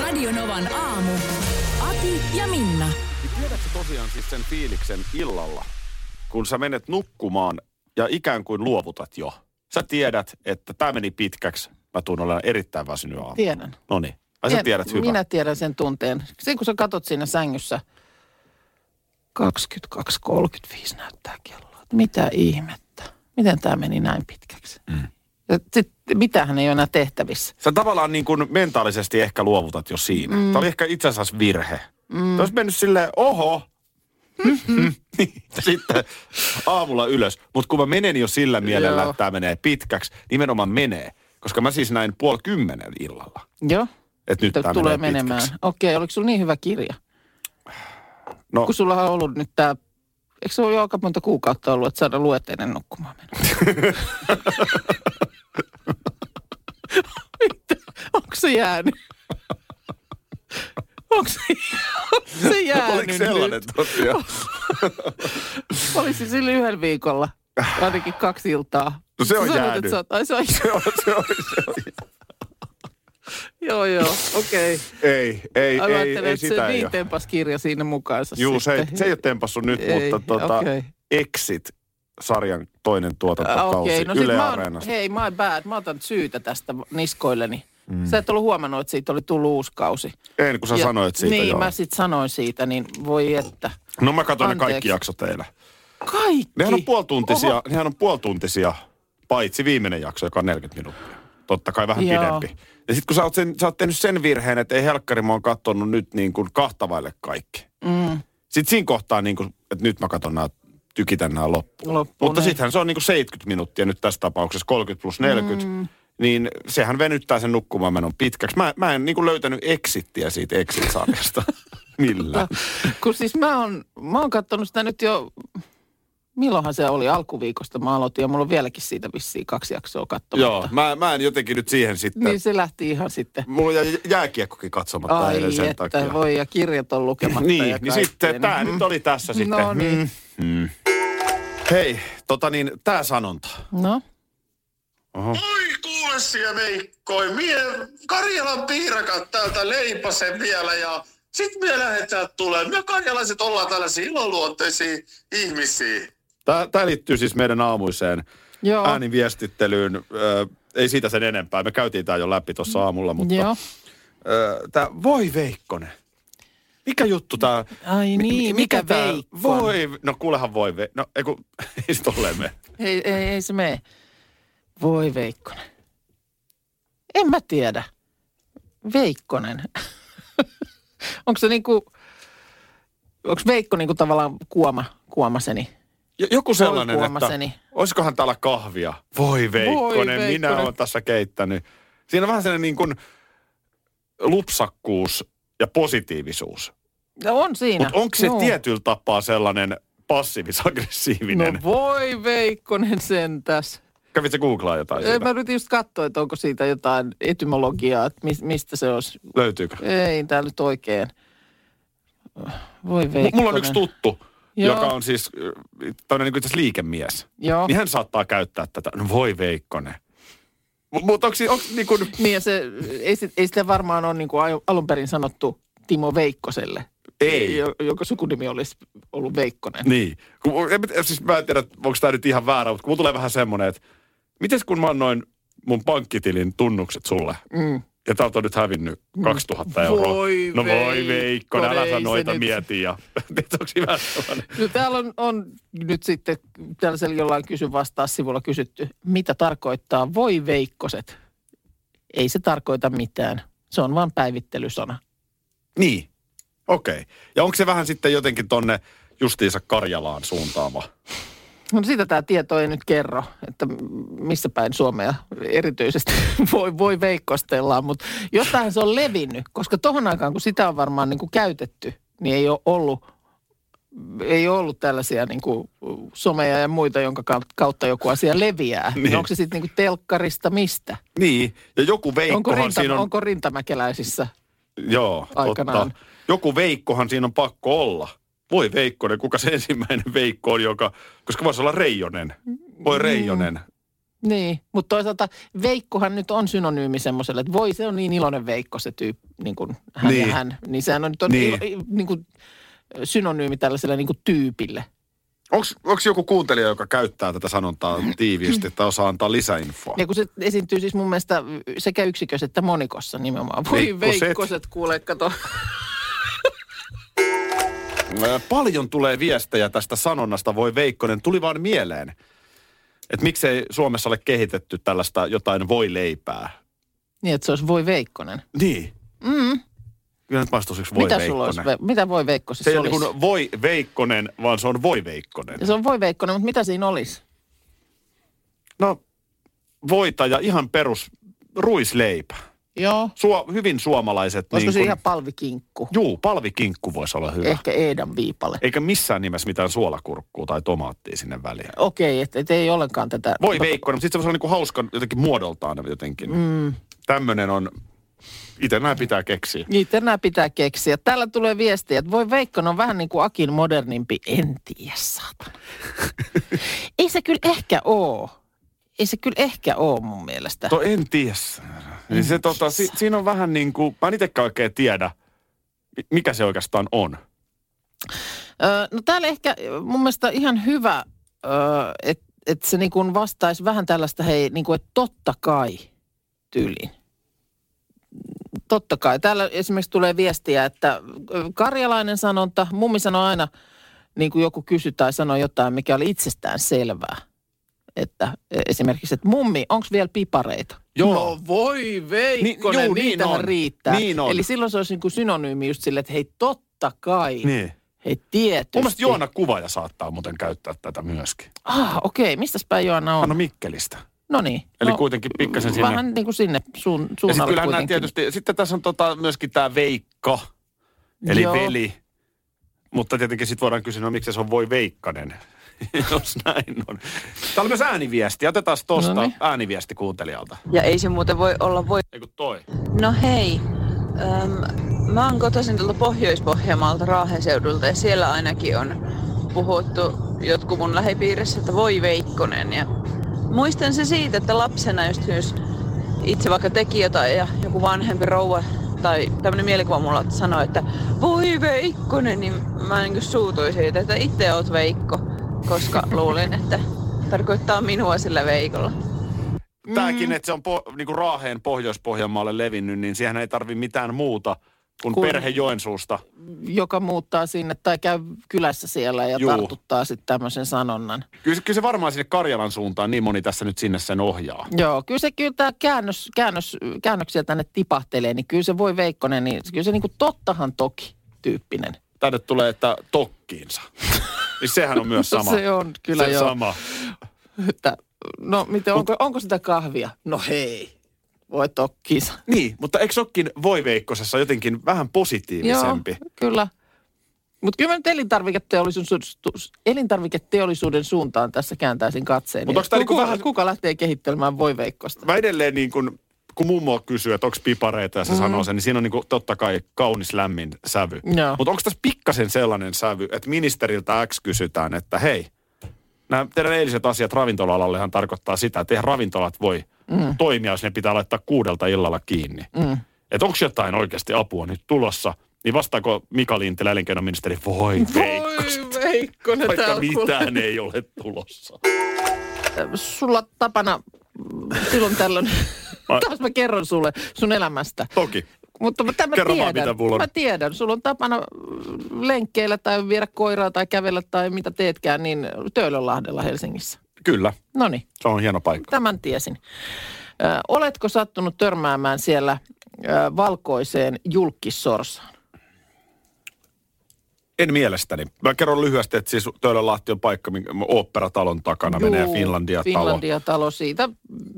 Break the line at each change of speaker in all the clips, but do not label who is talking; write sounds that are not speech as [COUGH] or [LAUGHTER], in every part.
Radionovan aamu. Ati ja Minna.
Niin Tiedätkö tosiaan siis sen fiiliksen illalla, kun sä menet nukkumaan ja ikään kuin luovutat jo? Sä tiedät, että tämä meni pitkäksi. Mä tuun olemaan erittäin väsynyt aamu.
Tiedän.
No niin. Ai sä
Tien-
tiedät hyvä.
Minä tiedän sen tunteen. Sen kun sä katot siinä sängyssä, 22.35 näyttää kelloa. Että Mitä ihmettä? Miten tämä meni näin pitkäksi? Mm. Sit, mitähän ei ole enää tehtävissä.
Sä tavallaan niin kuin mentaalisesti ehkä luovutat jo siinä. Mm. Tämä oli ehkä itse asiassa virhe. Mm. Olisi mennyt silleen, oho, [LAUGHS] Niin, sitten aamulla ylös. Mutta kun mä menen jo sillä mielellä,
Joo.
että tämä menee pitkäksi, nimenomaan menee. Koska mä siis näin puoli kymmenen illalla.
Joo.
Että nyt tämä
tulee
menee
menemään.
pitkäksi.
Okei, oliko sulla niin hyvä kirja?
No,
Kun sulla on ollut nyt tämä, eikö se ole jo aika monta kuukautta ollut, että saada luet ennen nukkumaan
[LAUGHS]
mennä? Mitä? Onko se jäänyt? Onko se, onko se jäänyt
Oliko sellainen
nyt?
tosiaan?
Olisi sillä yhdellä viikolla, ainakin kaksi iltaa.
No se on
Sä sanoit,
jäänyt.
että sä oot- ai se on,
[LAUGHS] se on, se on, se on.
[LAUGHS] joo, joo, okei. Okay.
[LAUGHS] Ei, ei,
Aivan
ei, ei
että se
sitä ei
niin
ole.
tempas kirja siinä mukaansa
Juu, se, ei-
sitten.
se ei ole tempassut nyt,
Ei,
mutta tota,
okei.
Exit-sarjan toinen tuotantokausi
Okei, no sit
Yle
mä oon,
Areenasta.
hei my bad, mä otan syytä tästä niskoilleni. Mm. Sä et ollut huomannut, että siitä oli tullut uusi kausi.
En, kun sä sanoit siitä
Niin,
joo.
mä sit sanoin siitä, niin voi että.
No mä katson ne
Anteeksi. Niin.
kaikki jaksot teillä.
Kaikki.
Nehän on puoltuntisia, nehän on puoltuntisia, paitsi viimeinen jakso, joka on 40 minuuttia. Totta kai vähän
Joo.
pidempi. Ja sitten kun sä oot, sen, sä oot tehnyt sen virheen, että ei helkkari, mä oon kattonut nyt niin kuin kahtavaille kaikki.
Mm,
Sitten siinä kohtaa, niin kuin, että nyt mä katson nämä, tykitän nämä loppuun.
loppuun
Mutta
ei.
sittenhän se on niin kuin 70 minuuttia nyt tässä tapauksessa, 30 plus 40. Mm. Niin sehän venyttää sen nukkumaan menon pitkäksi. Mä, mä en niin kuin löytänyt exittiä siitä
[LAUGHS]
exit-sarjasta. Millä?
Kun siis mä oon, mä oon kattonut sitä nyt jo, milloinhan se oli, alkuviikosta mä aloitin ja mulla on vieläkin siitä vissiin kaksi jaksoa katsomatta.
Joo, mä, mä en jotenkin nyt siihen sitten.
Niin se lähti ihan sitten.
Mulla jäi jääkiekkokin katsomatta
Ai
eilen sen
että
takia.
voi ja kirjat on lukematta ja
niin, niin
kaikkea, Mm-hmm.
sitten tämä nyt oli tässä sitten.
No niin.
Mm. Mm. Hei, tota niin, tämä sanonta.
No,
Oi kuule siellä Veikkoi, mie Karjalan piirakat täältä leipasen vielä ja sit me lähdetään tulemaan. Me karjalaiset ollaan tällaisia iloluonteisia ihmisiä.
Tämä liittyy siis meidän aamuiseen
joo.
ääniviestittelyyn. Ö, ei siitä sen enempää. Me käytiin tämä jo läpi tuossa aamulla, mutta
Mm, Joo.
tämä voi Veikkonen. Mikä juttu tämä?
Ai niin, mikä, mikä veikko?
Voi, no kuulehan voi ve... No ei kun, [LAUGHS] ei sit ole me.
Ei, ei, ei se mene. Voi Veikkonen. En mä tiedä. Veikkonen. [LAUGHS] onko se niinku, onko Veikko niinku tavallaan kuoma, kuomaseni?
Jo- Joku sellainen, että
kuomaseni.
olisikohan täällä kahvia. Voi Veikkonen, minä
Veikkonen.
olen tässä keittänyt. Siinä on vähän sellainen niin kuin lupsakkuus ja positiivisuus.
No on siinä.
Mutta onko se
Joo.
tietyllä tapaa sellainen passiivis-aggressiivinen?
No
No,
voi Veikkonen sentäs.
Kävitkö googlaa jotain
Ei,
siitä?
mä nyt just katsoin, että onko siitä jotain etymologiaa, että mis, mistä se olisi.
Löytyykö?
Ei, tää nyt oikein. Voi
M-
Veikkonen.
Mulla on yksi tuttu,
Joo.
joka on siis äh, tämmöinen niin kuin liikemies.
Joo.
Niin hän saattaa käyttää tätä. No voi Veikkonen. Mutta onko niin kuin...
Niin ja se, ei, sit- ei sitä varmaan ole niin kuin alun perin sanottu Timo Veikkoselle.
Ei.
Jo- Jonka sukunimi olisi ollut Veikkonen.
Niin. Kun, en, mä- siis mä en tiedä, onko tämä nyt ihan väärä, mutta kun tulee vähän semmoinen, että mites kun mä annoin mun pankkitilin tunnukset sulle,
Mm.
ja täältä on nyt hävinnyt 2000 euroa.
Voi
no voi
Veikko,
Veikko, älä
ei
sä
se
noita
nyt.
mieti. Ja, [LAUGHS] Tiedätkö, onks siinä vähän semmoinen?
No, täällä on, on nyt sitten tällaisella jollain kysy vastaa sivulla kysytty, mitä tarkoittaa voi Veikkoset. Ei se tarkoita mitään. Se on vain päivittelysana.
niin, okei. Ja onko se vähän sitten jotenkin tonne justiinsa Karjalaan suuntaava?
No sitä tämä tieto ei nyt kerro, että missä päin Suomea erityisesti [LAUGHS] voi, voi veikkostellaan, mutta jotain se on levinnyt, koska tohon aikaan, kun sitä on varmaan niin kuin käytetty, niin ei ole ollut, ei ole ollut tällaisia niin kuin someja ja muita, jonka kautta joku asia leviää.
Niin.
Niin. Onko se sitten niin kuin telkkarista mistä?
Niin, ja joku
Onko,
veikkohan
rintam,
siinä on...
onko rintamäkeläisissä?
Joo,
aikanaan.
totta. Joku veikkohan siinä on pakko olla. Voi Veikkonen, kuka se ensimmäinen Veikko on, joka... Koska voisi olla Reijonen.
Mm.
Voi Reijonen.
Niin, mutta toisaalta Veikkohan nyt on synonyymi semmoiselle, että voi se on niin iloinen Veikko se tyyppi, niin kuin hän niin.
Niin.
ja hän. Niin sehän on nyt on
Niin.
niin. Ilo, niin kuin synonyymi tällaiselle niin kuin tyypille.
Onko joku kuuntelija, joka käyttää tätä sanontaa tiiviisti, että osaa antaa lisäinfoa?
Ja kun se esiintyy siis mun mielestä sekä yksikössä että monikossa nimenomaan. Voi
Veikkoset.
Veikkoset, kuule, kato.
Ö, Paljon tulee viestejä tästä sanonnasta, voi Veikkonen. Tuli vaan mieleen, että miksei Suomessa ole kehitetty tällaista jotain voi leipää.
Niin, että se olisi Voi Veikkonen.
Niin.
Mm.
Kyllä nyt vastausiksi voi
Voi mitä sulla
Veikkonen.
olisi, ve- mitä Voi Veikko siis
se ei ole
olisi?
niin kuin voi Veikkonen, vaan se on voi Veikkonen.
Se on Voi Veikkonen, mutta mitä siinä olisi?
No, voita ja ihan perus ruisleipä.
Joo.
Suo, hyvin suomalaiset.
Olisiko
niin
se
kuin-
ihan palvikinkku?
Juu, palvikinkku voisi olla hyvä. Eh.
Ehkä Eedan viipale.
Eikä missään nimessä mitään suolakurkkua tai tomaattia sinne väliin.
Okei, että et ei olekaan tätä.
Voi Veikkonen, mutta sitten se on niinku hauska jotenkin muodoltaan jotenkin. Mm. Tämmöinen on, itse nämä pitää keksiä.
Niitä nämä Niin, pitää keksiä. Täällä tulee viestiä, että voi Veikkonen on vähän niin kuin Akin modernimpi. En tiedä, saatana. Ei se kyllä ehkä oo. Ei se kyllä ehkä oo mun mielestä.
To en tiedä. Niin
Mm.
se, tota, si, siinä on vähän niin kuin, mä en itsekään oikein tiedä, mi- mikä se oikeastaan on.
Öö, no täällä ehkä ö, mun mielestä ihan hyvä, öö, että et se niin kuin vastaisi vähän tällaista, hei, niin kuin, että totta kai tyyliin. Totta kai. Täällä esimerkiksi tulee viestiä, että ö, karjalainen sanonta, mummi sanoi aina, niin kuin joku kysyi tai sanoi jotain, mikä oli itsestään selvää. Että ö, esimerkiksi, että mummi, onko vielä pipareita?
Joo.
No voi veikkonen,
Niin-
niin,
juu,
juu,
niin
niitähän
on.
riittää.
Niin on.
Eli silloin se olisi niin kuin synonyymi just sille, että hei totta kai.
Niin.
Hei, tietysti.
Mun mielestä Joona Kuvaja saattaa muuten käyttää tätä myöskin.
Ah, okei. Mistäs päin Joona
Hän
on?
on Mikkelistä.
No niin.
Eli
no,
kuitenkin pikkasen sinne.
Vähän niin kuin sinne suun,
Ja sitten
suunnalle
kyllähän nämä
kuitenkin.
tietysti, sitten tässä on tota, myöskin tämä Veikka, eli Joo.
Joo.
veli. Mutta tietenkin sitten voidaan kysyä, no miksi se on voi Veikkanen, [LAUGHS] jos näin on. Täällä on myös ääniviesti, otetaan tosta
Noniin.
ääniviesti kuuntelijalta.
Ja ei se muuten voi olla voi.
Ei kun toi.
No hei, öm, mä oon kotoisin tuolta Pohjois-Pohjanmaalta Raahen seudulta ja siellä ainakin on puhuttu jotkut mun lähipiirissä, että voi Veikkonen. Ja muistan se siitä, että lapsena just jos itse vaikka teki jotain ja joku vanhempi rouva tai tämmönen mielikuva mulla sanoi, että voi Veikkonen, niin mä niin suutuin siitä, että itse oot Veikko, koska luulin, että tarkoittaa minua sillä Veikolla.
Mm.
Tämäkin, että se on po, niinku Raaheen Pohjois-Pohjanmaalle levinnyt, niin siihen ei tarvi mitään muuta kuin
Kun-
perhe Joensuusta.
Joka muuttaa sinne tai käy kylässä siellä ja
Juu.
Juu. tartuttaa sitten tämmöisen sanonnan.
Kyllä, se- kyllä se varmaan sinne Karjalan suuntaan, niin moni tässä nyt sinne sen ohjaa.
Joo, kyllä se kyllä tämä käännös, käännös, käännöksiä tänne tipahtelee, niin kyllä se voi Veikkonen, niin kyllä se niinku tottahan toki tyyppinen.
Tänne tulee, että
[LAUGHS]
tokkiinsa. niin sehän on myös sama.
Se on kyllä
se
joo.
sama.
Että, no miten, onko, onko sitä kahvia? No hei, voi tokkiinsa.
Niin, mutta eikö olekin voiveikkosessa jotenkin vähän positiivisempi?
Joo, kyllä. Mutta kyllä mä nyt elintarviketeollisuuden, su- su- elintarviketeollisuuden suuntaan tässä kääntäisin katseen.
Mut onks tää niinku
kuka,
vähän-
kuka lähtee kehittelemään voiveikkosta?
Mä edelleen niin kuin, kun mummo kysyy, että onko pipareita ja
Mm-hmm.
se mm. sanoo sen, niin siinä on niin kuin, totta kai kaunis lämmin sävy.
Joo.
Mutta onko tässä pikkasen sellainen sävy, että ministeriltä X kysytään, että hei, nämä teidän eiliset asiat ravintola-alallehan tarkoittaa sitä, että eihän ravintolat voi mm. toimia, jos ne pitää laittaa kuudelta illalla kiinni. Mm. Että onko jotain oikeasti apua nyt tulossa? Niin vastaako Mika Lintilä elinkeinoministeri, voi, veikko,
Voi Veikkonen, tää
vaikka
on kuule-
mitään niin- ei ole tulossa.
Sulla tapana mm, silloin tällöin,
Ai.
taas mä kerron sulle sun elämästä.
Toki.
Mutta mä tämän
Kerro vaan,
tiedän.
mitä mulla on.
Mä tiedän. Sulla on tapana mm, lenkkeillä tai viedä koiraa tai kävellä tai mitä teetkään, niin Töölönlahdella Helsingissä.
Kyllä,
No niin.
se on hieno paikka.
Tämän tiesin. Ö, oletko sattunut törmäämään siellä ö, valkoiseen julkissorsaan?
En mielestäni. Mä kerron lyhyesti, että siis Töölönlahti on paikka, minkä oopperatalon takana Juu, menee Finlandia-talo. Finlandia.
Finlandia-talo siitä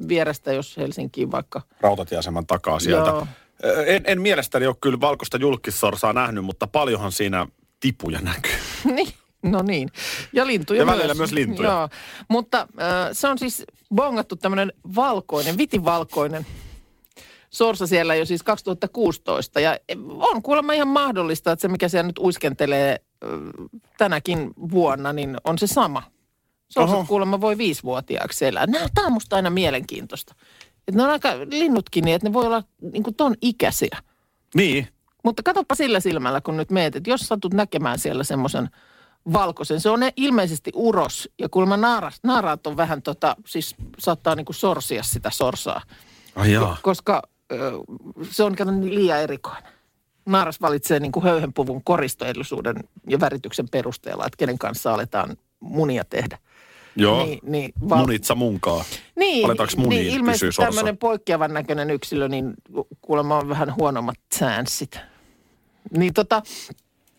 vierestä, jos Helsinkiin vaikka.
Rautatieaseman takaa sieltä.
Joo.
Ö, En, en mielestäni ole kyllä valkoista julkissorsaa nähnyt, mutta paljonhan siinä tipuja näkyy.
[LAUGHS] Niin, no niin. Ja lintuja
Ja välillä myös lintuja.
Joo. Mutta äh, se on siis bongattu tämmöinen valkoinen, vitivalkoinen sorsa siellä jo siis 2016. Ja on kuulemma ihan mahdollista, että se mikä siellä nyt uiskentelee äh, tänäkin vuonna, niin on se sama.
Oho.
Sorsat kuulemma voi viisivuotiaaksi elää. Nää, tää on musta aina mielenkiintoista. Et ne on aika linnutkin niin, että ne voi olla niin kuin ton ikäisiä.
Niin.
Mutta katoppa sillä silmällä, kun nyt mietit, jos satut näkemään siellä semmoisen valkoisen. Se on ne- ilmeisesti uros ja kuulemma naaras, naaraat on vähän tota, siis saattaa niinku sorsia sitä sorsaa,
Ai
Ko- koska ö, se on kato niin liian erikoinen. Naaras valitsee niinku höyhenpuvun koristoedullisuuden ja värityksen perusteella, että kenen kanssa aletaan munia tehdä.
Joo.
Niin,
Niin,
niin,
val... Munitsa munkaa.
niin,
Aletaanko muniin,
niin,
kysyy
ilmeisesti
sorsa.
tämmöinen poikkeavan näköinen yksilö, niin kuulemma on vähän huonommat chanssit. Niin tota,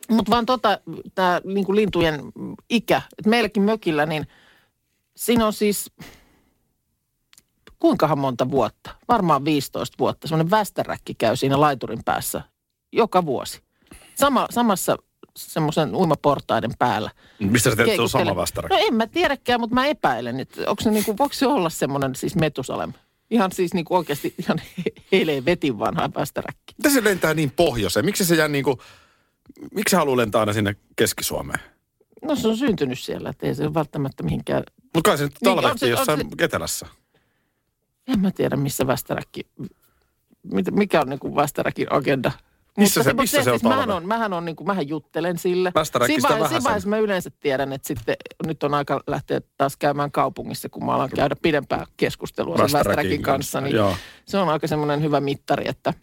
mutta vaan tota, tämä niinku lintujen ikä, että meilläkin mökillä, niin siinä on siis, kuinkahan monta vuotta? Varmaan 15 vuotta. Semmoinen västäräkki käy siinä laiturin päässä joka vuosi. Sama, samassa semmoisen uimaportaiden päällä.
Mistä sä teet, että se on
Keikuttele-
sama vastarakki?
No en mä tiedäkään, mutta mä epäilen, että onko se niinku, voiko se olla semmoinen siis metusalem? Ihan siis niinku oikeasti ihan [LAUGHS] helvetin vanha västäräkki.
Miten se lentää niin pohjoiseen? Miksi se jää niin kuin, miksi se haluaa lentää aina sinne Keski-Suomeen?
No se on syntynyt siellä, että ei se ole välttämättä mihinkään.
Mutta kai se nyt
Niin, on
talvehtii
se- on
jossain
se-
etelässä.
En mä tiedä, missä västäräkki, mit- mikä on niinku västäräkin agenda.
Missä
Mutta
se-
mutta
missä se on
siis mähän
talve?
on, mähän on niinku, mähän juttelen sille.
Västäräkistä
Siinä vaihe-
vähän
siinä vaiheessa mä yleensä tiedän, että sitten nyt on aika lähteä taas käymään kaupungissa, kun mä alan käydä pidempää keskustelua sen
Västäräkin
västäräkin kanssa.
kanssa,
Niin
joo.
se on aika semmoinen hyvä mittari, että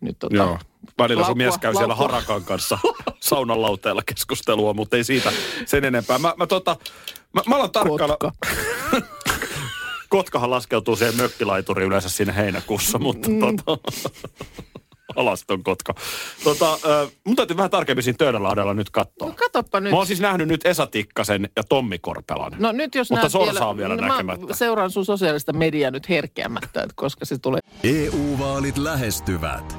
nyt tota,
Joo. Välillä sun
Laukua,
mies käy siellä
laukua.
harakan kanssa [LAUGHS] saunan lauteella keskustelua, mutta ei siitä sen enempää. Mä, mä, tota, mä, mä alan tarkkailla.
kotka.
Kotkahan laskeutuu siihen mökkilaituriin yleensä siinä heinäkuussa, [LAUGHS] mutta mm. tota, [LAUGHS] alaston kotka. Tota, ö, mun täytyy vähän tarkemmin siinä Töydänlahdella nyt katsoa.
No katoppa nyt.
Mä oon siis nähnyt nyt Esa Tikkasen ja Tommi Korpelan.
No nyt jos
Mutta
näet
sorsaa on vielä
no,
näkemättä.
Mä seuraan sun sosiaalista mediaa nyt herkeämättä, että koska se tulee.
EU-vaalit E lähestyvät.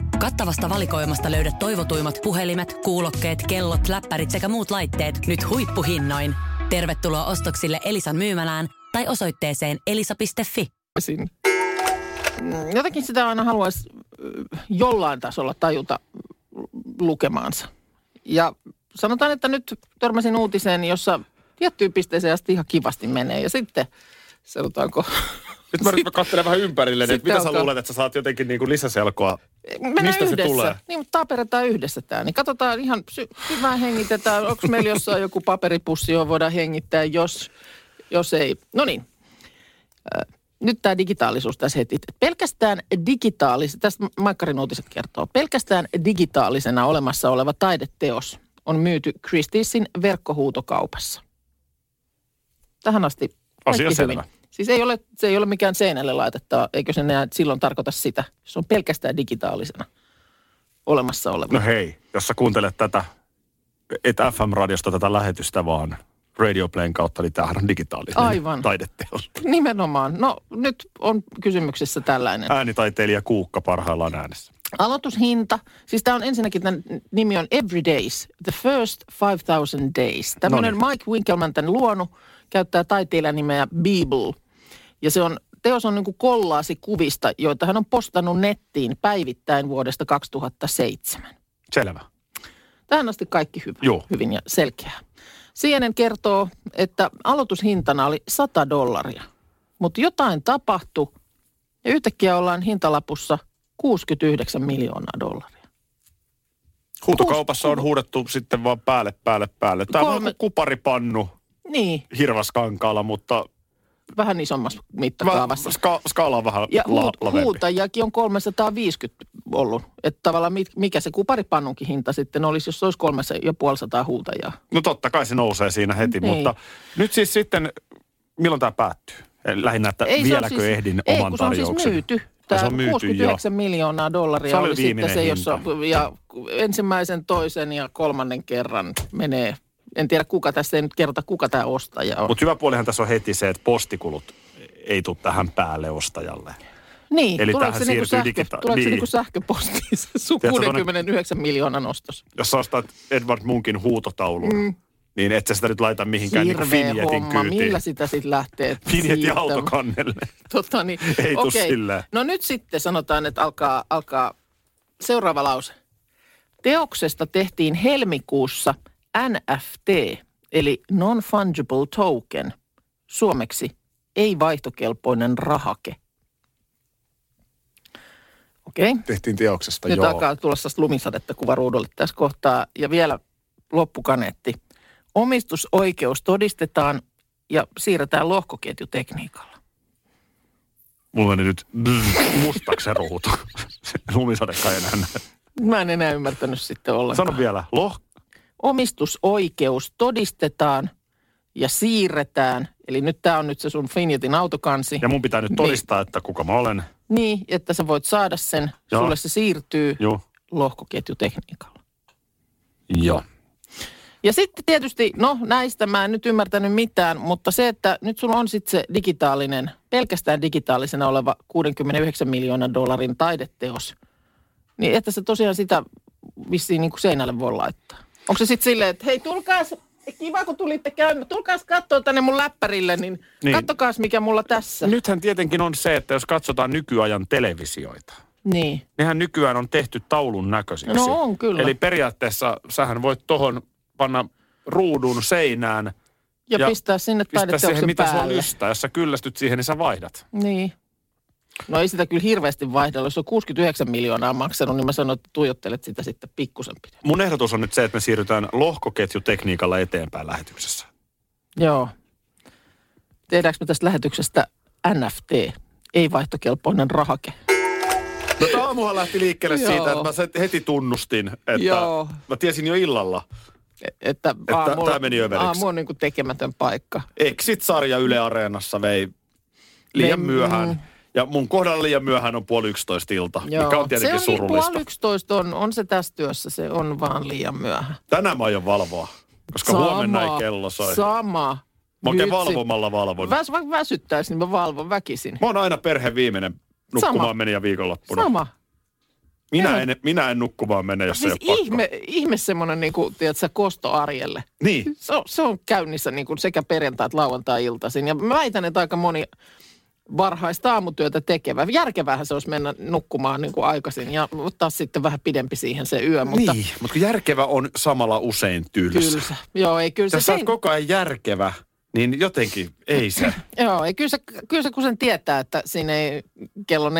Kattavasta valikoimasta löydät toivotuimmat puhelimet, kuulokkeet, kellot, läppärit sekä muut laitteet nyt huippuhinnoin. Tervetuloa ostoksille Elisan myymälään tai osoitteeseen elisa.fi.
Sin- Mm, Jotenkin sitä aina haluaisi jollain tasolla tajuta lukemaansa. Ja sanotaan, että nyt törmäsin uutiseen, jossa tiettyyn pisteeseen asti ihan kivasti menee. Ja sitten, sanotaanko,
Nyt mä, mä katselen vähän ympärille, niin että
Sitten
mitä sä
alkaa.
luulet, että sä saat jotenkin niin kuin lisäselkoa?
Mennään
Mistä se
yhdessä.
tulee?
Niin, mutta taperetaan yhdessä tämä. Niin katsotaan ihan sy- syvään hengitetään. Onko meillä jossain joku paperipussi, johon voidaan hengittää, jos, jos ei. No niin. Ö, Nyt tämä digitaalisuus tässä heti. Pelkästään digitaalis, tästä Maikkarin uutiset kertoo, pelkästään digitaalisena olemassa oleva taideteos on myyty Christiesin verkkohuutokaupassa. Tähän asti kaikki
Asia
hyvin.
selvä.
Siis ei ole, se ei ole mikään seinälle laitettava, eikö se enää silloin tarkoita sitä. Se on pelkästään digitaalisena olemassa oleva.
No hei, jos sä kuuntelet tätä, et FM-radiosta tätä lähetystä vaan Radio Playn kautta, niin tämähän on digitaalinen
Aivan.
taideteos.
Nimenomaan. No nyt on kysymyksessä tällainen.
Äänitaiteilija Kuukka parhaillaan äänessä.
Aloitushinta, siis tämä on ensinnäkin, tämän nimi on Every Days, The First 5000 Days. Tämmöinen Mike Winkelman tämän luonut, käyttää taiteilijan nimeä Beeble. Ja se on teos on niin kuin kollaasi kuvista, joita hän on postannut nettiin päivittäin vuodesta 2007.
Selvä.
Tähän asti kaikki hyvä,
Joo.
hyvin ja selkeää. Sienen kertoo, että aloitushintana oli 100 dollaria, mutta jotain tapahtui ja yhtäkkiä ollaan hintalapussa 69 miljoonaa dollaria.
Huutokaupassa on huudettu sitten vaan päälle, päälle, päälle. Tämä on
Kolme-
kuin kuparipannu
Niin,
hirvaskankaalla, mutta
vähän isommassa
mä,
mittakaavassa.
ska, skaala on vähän
Ja
la,
huut,
lavempi.
huutajiakin on 350 ollut. Että tavallaan mit, mikä se kuparipannunkin hinta sitten olisi, jos olisi kolmessa ja puolisataa huutajaa.
No totta kai se nousee siinä heti,
Niin.
mutta nyt siis sitten, milloin tämä päättyy? Eh, Lähinnä, että
se on
vieläkö
siis,
ehdin
ei,
oman
kun se on siis
tarjouksen?
myyty.
Ai,
Tämä
se on myyty,
69 miljoonaa dollaria
Se oli
sitten
viimeinen
se, jossa
hinta.
ja ensimmäisen, toisen ja kolmannen kerran menee. En tiedä kuka tässä, ei nyt kerrota kuka tämä ostaja on. Mut,
Mutta hyvä puolihan tässä on heti se, että postikulut ei tule tähän päälle ostajalle.
niin,
eli
tuleeko
tähän
se, niinku
siirtyy
sähkö,
digita-
tuleeko se
niin.
niinku sähköpostiin se sun
Tiedätkö,
69 miljoonan ostos?
Jos sä ostat Edward Munkin huutotaulun, mm. niin et sä sitä nyt laita mihinkään niin
Hirveä
Finjetin
homma,
kyytiin.
millä sitä sitten
[LAUGHS]
lähtee
Finjetin
siirtämään?
autokannelle.
Totta, niin,
[LAUGHS] Ei tuu
okei.
sillä.
No nyt sitten sanotaan, että alkaa, alkaa seuraava lause. Teoksesta tehtiin helmikuussa NFT, eli Non-Fungible Token, suomeksi ei-vaihtokelpoinen rahake. Okei,
Tehtiin teoksesta,
nyt
joo.
alkaa tulla sellaista lumisadetta kuvaruudulle tässä kohtaa. Ja vielä loppukaneetti. Omistusoikeus todistetaan ja siirretään lohkoketjutekniikalla.
Mulla meni nyt brr, mustaksi se ruutu. [LAUGHS] Lumisadekka ei enää näe.
Mä en enää ymmärtänyt sitten ollenkaan.
Sano vielä, loh,
omistusoikeus todistetaan ja siirretään. Eli nyt tämä on nyt se sun Finjetin autokansi.
ja mun pitää nyt todistaa, että kuka mä olen.
Niin, että sä voit saada sen.
Joo.
Joo. Sulle se siirtyy Joo.
Joo.
lohkoketjutekniikalla.
Joo.
Ja sitten tietysti, no näistä mä en nyt ymmärtänyt mitään, mutta se, että nyt sulla on sitten se digitaalinen, pelkästään digitaalisena oleva 69 miljoonan dollarin taideteos, niin että se tosiaan sitä vissiin niin kuin seinälle voi laittaa. Onko se sitten silleen, että hei tulkaas, kiva kun tulitte käymään, tulkaas katsoa tänne mun läppärille, niin,
Niin.
niin. kattokaas mikä mulla tässä. Nyt.
Nythän tietenkin on se, että jos katsotaan nykyajan televisioita,
Niin,
nehän nykyään on tehty taulun näköisiksi.
No on kyllä.
Eli periaatteessa sähän voit tohon panna ruudun seinään,
ja,
Ja
ja pistää sinne
pistää siihen
taideteoksen
mitä sua
päälle.
lystää. Jos sä kyllästyt siihen, niin sä vaihdat.
Niin. No ei sitä kyllä hirveästi vaihdella. Jos on 69 miljoonaa maksanut, niin mä sanon, että tuijottelet sitä sitten pikkusen pidemmän.
Mun ehdotus on nyt se, että me siirrytään lohkoketjutekniikalla eteenpäin lähetyksessä.
Joo. Tehdäänkö me tästä lähetyksestä NFT? Ei vaihtokelpoinen rahake. E-
No tää aamuhan lähti liikkeelle
Joo.
siitä, että mä se- heti tunnustin, että
Joo.
mä tiesin jo illalla.
E- Että, että
tää meni överiksi.
aamu on niin kuin tekemätön paikka.
Exit-sarja Yle Areenassa vei liian
Vei- mm.
myöhään. Ja mun kohdalla liian myöhään on puoli yksitoista ilta, mikä on
se
tietenkin
on niin
surullista.
puoli 11 on, on se tässä työssä, se on vaan liian myöhään.
Tänään mä aion valvoa, koska huomenna ei kello soi.
Sama.
Mä oikein
Vitsi.
valvomalla valvon.
Väs, vaikka väsyttäis, niin mä valvon väkisin.
Mä oon aina perhe viimeinen nukkumaan
Sama.
meni ja viikonloppuna.
Sama.
Minä, en, minä en nukkumaan mene, jos
Siis
ei ole
ihme, ihme semmoinen, niin kuin, tiedätkö, kosto arjelle.
pakko. Niin.
Se on, se on käynnissä niin kuin sekä perjantai- että lauantai-iltaisin. Ja mä väitän, että aika moni varhaista aamutyötä tekevä. Järkevähän se olisi mennä nukkumaan niin kuin aikaisin ja ottaa sitten vähän pidempi siihen se yö. Mutta
niin, mutta kun järkevä on samalla usein tylsä.
kyllä se, joo, ei, kyllä se,
Jos sä oot
sen-
koko ajan järkevä, niin jotenkin ei
[LAUGHS]
se.
joo, ei kyllä, se, kyllä se, kun sen tietää, että siinä ei kello 4.25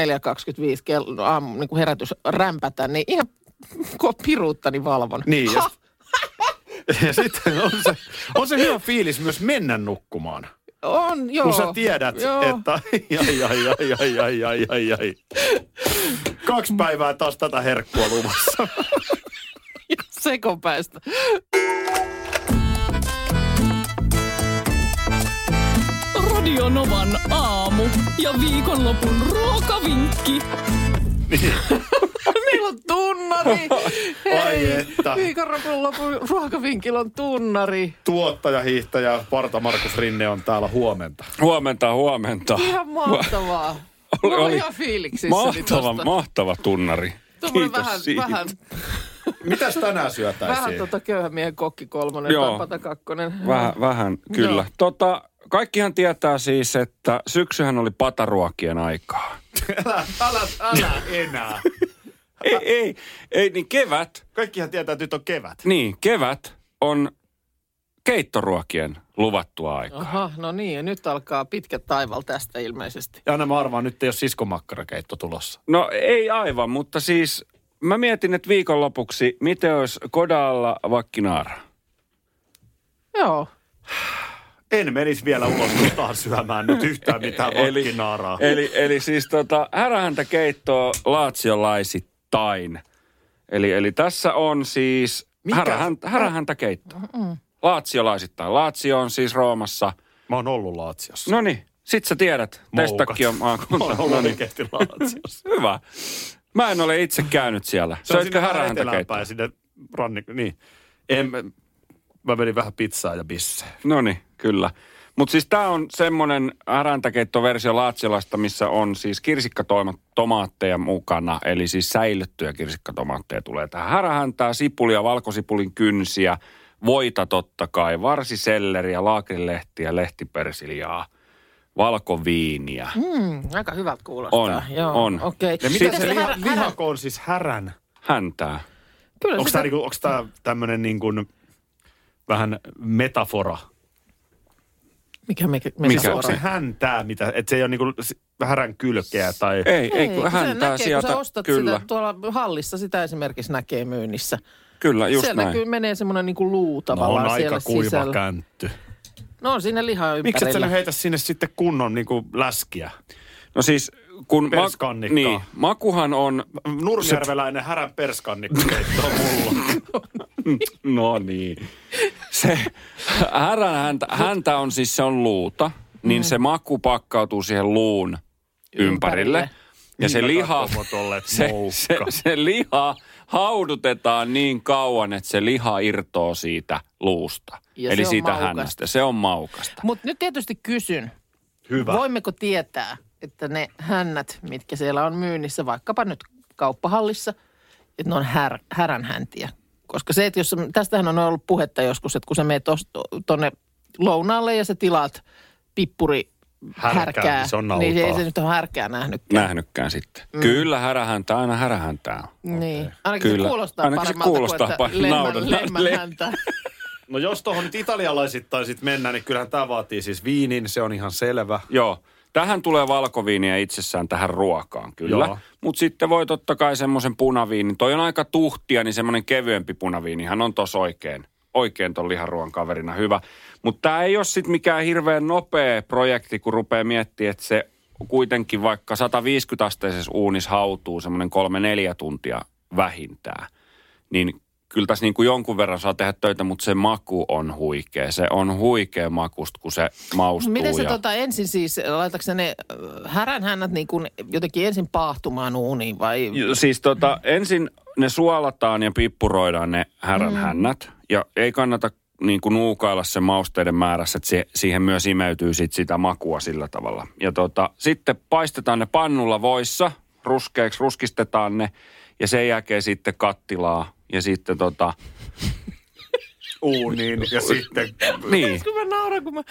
kello, aamu, niin kuin herätys rämpätä, niin ihan kun piruuttani valvon.
Niin, [LAUGHS] ja, ja sitten on se, on se hyvä fiilis myös mennä nukkumaan.
On, joo.
Kun sä tiedät,
joo.
että ai, ai, ai, ai, ai, ai, ai, ai. Kaksi päivää taas tätä herkkua luvassa.
Sekopäästä.
Radio Novan aamu ja viikonlopun ruokavinkki.
Niin.
[LAUGHS] Meillä on
[LAUGHS]
tunnari. Hei,
että.
viikonlopun lopun ruokavinkillä on tunnari.
Tuottaja, hiihtäjä Parta Markus Rinne on täällä huomenta.
Huomenta, huomenta.
Ihan mahtavaa.
Oli-
Oli, oli.
oli
ihan fiiliksissä.
Mahtava, mahtava tunnari. Kiitos
vähän,
siitä.
Vähän,
Mitäs tänään
vähän tuota-
syötäisiin?
tota köyhän miehen kokki kolmonen
Joo.
tai pata kakkonen.
Vähän, vähän kyllä.
Joo.
Tota, kaikkihan tietää siis, että syksyhän oli pataruokien aikaa.
Älä, älä, älä enää.
ei, ei, ei, niin kevät,
Kaikkihan tietää, että nyt on kevät.
niin kevät on keittoruokien luvattua aikaa.
Aha, no niin, ja nyt alkaa pitkä taival tästä ilmeisesti.
Ja anna mä arvaan, nyt ei ole siskomakkarakeitto tulossa.
No ei aivan, mutta siis mä mietin, että viikonlopuksi, miten olisi Kodalla vakkinaara?
Joo,
En menisi vielä ulos kotaan syömään nyt yhtään mitään vakkinaaraa.
Eli, eli siis tota, härähäntä keittoa laatsiolaisittain. Eli, eli tässä on siis
Mikä?
härähäntä, härähäntä keittoa. Laatsiolaisittain. Laatsio on siis Roomassa.
Mä oon ollut Laatsiossa.
No niin, sit sä tiedät.
Moukat. No niin.
Testakki
[LAUGHS]
on
Mä
maakunta.
oon ollut oikeasti [LAUGHS] Laatsiossa.
Hyvä. Mä en ole itse käynyt siellä.
Se on
Söitkö
sinne vähän
härähäntä
etelään
keittoa?
päin, sinne rannik... Niin. En, mä menin vähän pizzaa ja bisse.
No niin, kyllä. Mutta siis tämä on semmoinen häräntäkeittoversio Laatsilasta, missä on siis kirsikkatomaatteja mukana, eli siis säilyttyjä kirsikkatomaatteja tulee tähän. Härähäntää, sipulia, valkosipulin kynsiä, voita totta kai, varsiselleriä, laakrilehtiä, lehtipersiljaa, valkoviiniä.
mm, aika hyvältä kuulostaa.
On,
Joo.
on.
Okei.
Ja mitä
Sitten-
se liha,
Härä- härä-
lihako on siis härän?
Häntää.
Kyllä
Onko
sitä-
tämä, niinku, onks tää tämmönen niin kuin vähän metafora?
Mikä, mikä,
Mikä?
mikä
Onko niinku- se häntää, mitä, et se ei ole niinku s- härän kylkeä tai...
Ei, ei,
Niin, kun sen
kun häntää
näkee,
sieltä.
Kun sä ostat
kyllä,
sitä tuolla hallissa, sitä esimerkiksi näkee myynnissä.
kyllä, just
Sieltä
näin.
kyllä menee semmoinen niinku luu
No on
tavallaan siellä
aika kuiva
sisällä.
käntty.
No on siinä lihaa
Miksi et sä
ympärillä.
nyt heitä sinne sitten kunnon niinku läskiä?
No siis, kun
Perskannikkaa.
niin, makuhan on...
Nurmijärveläinen härän perskannikkeitto on mulla.
No niin. Se härän häntä, häntä on siis, se on luuta,
Mm.
niin se maku pakkautuu siihen luun ympärille.
Ympärille.
Ja se
Minkä
liha,
takia oot olleet
se, se,
moukka?
se liha haudutetaan niin kauan, että se liha irtoaa siitä luusta.
Ja se
Eli
on
siitä
maukasta.
hännästä. Se on maukasta.
Mutta nyt tietysti kysyn,
Hyvä.
voimmeko tietää, että ne hännät, mitkä siellä on myynnissä, vaikkapa nyt kauppahallissa, että ne on här, häränhäntiä. Koska se, että jos, sä- tästähän on ollut puhetta joskus, että kun sä menet tuonne lounaalle ja sä tilaat pippuri
Härkää,
härkää,
niin se on
niin se ei
nautaa.
se nyt ole härkää nähnyt.
Nähnytkään sitten. Mm. Kyllä härähäntä, aina härähäntää on.
Niin. Ainakin
Kyllä.
se kuulostaa
Ainakin se
paremmalta
kuulostaa
kuin,
pa-
että
naudan-
lehmän, lehmän
le-
häntä.
No jos tuohon nyt italialaisittain sitten mennään, niin kyllähän tämä vaatii siis viinin, se on ihan selvä.
Joo. Tähän tulee valkoviiniä itsessään tähän ruokaan, kyllä.
Joo.
Mutta sitten voi totta kai semmoisen punaviinin. Toi on aika tuhtia, niin semmoinen kevyempi punaviinihan on tos oikein. Oikein ton liharuoan kaverina hyvä. Mutta tämä ei ole sitten mikään hirveän nopea projekti, kun rupeaa miettimään, että se kuitenkin vaikka 150-asteisessa uunissa hautuu semmoinen kolme neljä tuntia vähintään. Niin kyllä tässä niin kuin jonkun verran saa tehdä töitä, mutta se maku on huikea. Se on huikea makusta, kun se maustuu.
Miten se
ja...
tota ensin siis, laitatko ne häränhännät niin kuin jotenkin ensin paahtumaan uuniin vai?
Ju- Siis tota, ensin ne suolataan ja pippuroidaan ne härän hännät. Ja ei kannata niin kuin nuukailla sen mausteiden määrässä, että se, siihen myös imeytyy sit sitä makua sillä tavalla. Ja tota, sitten paistetaan ne pannulla voissa, ruskeiksi ruskistetaan ne ja sen jälkeen sitten kattilaa ja sitten tota,
Uuniin ja sitten
niin.
Kun mä nauran, kun mä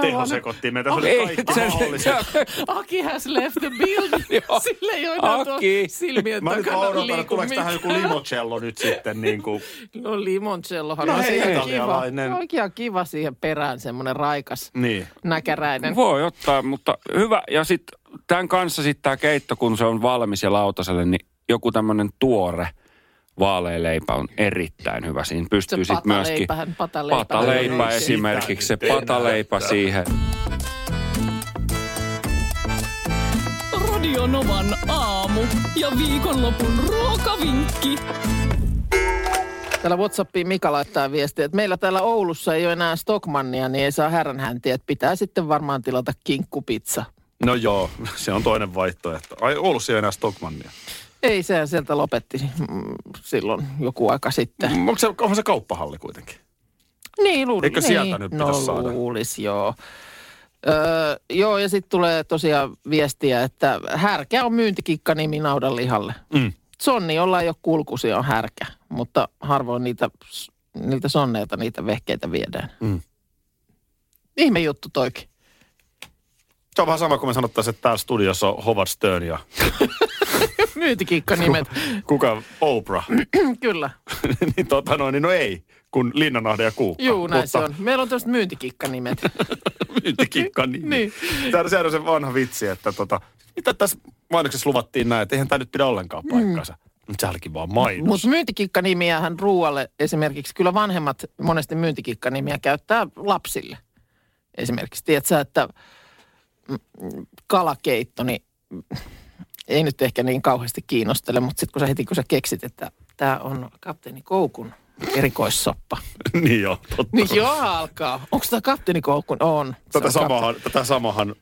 teho
nauran.
sekoittiin meitä. Se oli
Ei,
kaikki
se,
mahdollista.
se,
Aki has left the building.
[LAUGHS] Joo.
Sille ei ole enää tuo
Aki.
silmien
Mä nyt vaan
takana
odotan, että
liiku
tuleeko tähän joku
mitään.
limoncello nyt sitten niin kuin...
[LAUGHS] No limoncellohan
No
on
hei,
siihen kiva. No,
italialainen.
Oikein kiva siihen perään semmoinen raikas
Niin.
näkäräinen.
Voi ottaa, mutta hyvä. Ja sitten tämän kanssa sitten tämä keitto, kun se on valmis ja lautaselle, niin joku tämmöinen tuore vaalealeipä on erittäin hyvä. Siinä pystyy sitten myöskin
pataleipähän, pataleipä. Niin.
pataleipä
Ei
esimerkiksi, se
sitä nyt
pataleipä
enää.
siihen.
Radio Novan aamu ja viikonlopun ruokavinkki.
Täällä Whatsappiin Mika laittaa viestiä, että meillä täällä Oulussa ei ole enää Stockmannia, niin ei saa häränhäntiä. Että pitää sitten varmaan tilata kinkkupizza.
No joo, se on toinen vaihtoehto. Ai Oulussa ei ole enää Stockmannia.
Ei, sehän sieltä lopetti mm, silloin joku aika sitten. Mm.
Onko se, onko se kauppahalli kuitenkin?
Niin, luulisi.
Eikö
niin.
sieltä nyt
no,
pitäisi saada?
luulisi, joo. Öö, joo, ja sitten tulee tosiaan viestiä, että härkä on myyntikikka nimi naudan lihalle.
Mm.
Sonni, jolla ei ole kulkusi, on härkä, mutta harvoin niitä, niiltä sonneilta niitä vehkeitä viedään.
Mm.
Ihme juttu toikin. [LAUGHS]
on vähän sama kuin me sanottaisiin, että täällä studiossa on Howard Stern ja
Myytikikko nimet.
kuka Oprah.
Kyllä.
[LAUGHS] niin tota noin, niin no ei, kun Linnanahde ja Kuukka.
Juu, näin se
Mutta
on. Meillä on tämmöiset myyntikikkanimet.
Myyntikikka niin.
Niin.
Tämä sehän on se vanha vitsi, että tota, mitä tässä mainoksessa luvattiin näin, että eihän tämä nyt pidä
Mm.
ollenkaan paikkaansa. Mutta sehän olikin vaan mainos.
Mutta myyntikikkanimiähän ruoalle esimerkiksi, kyllä vanhemmat monesti myyntikikkanimiä käyttää lapsille. Esimerkiksi, tiedätkö, että mm, kalakeitto, niin mm, ei nyt ehkä niin kauheasti kiinnostele, mutta sitten kun sä heti kun sä keksit, että tämä on kapteeni Koukun erikoissoppa.
[LAUGHS] [LAUGHS] niin joo, totta.
Niin joo alkaa. Onko tämä kapteeni Koukun? On. Se
Tätä
on
samahan, tätä samahan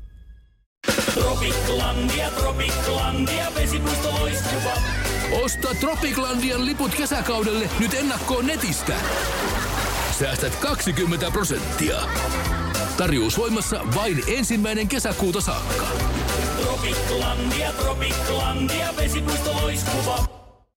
Osta Tropiklandian liput kesäkaudelle nyt ennakkoon netistä. Säästät 20 prosenttia. Tarjous voimassa vain ensimmäinen kesäkuuta saakka.
Tropiklandia, Tropiklandia, vesipuisto loiskuva.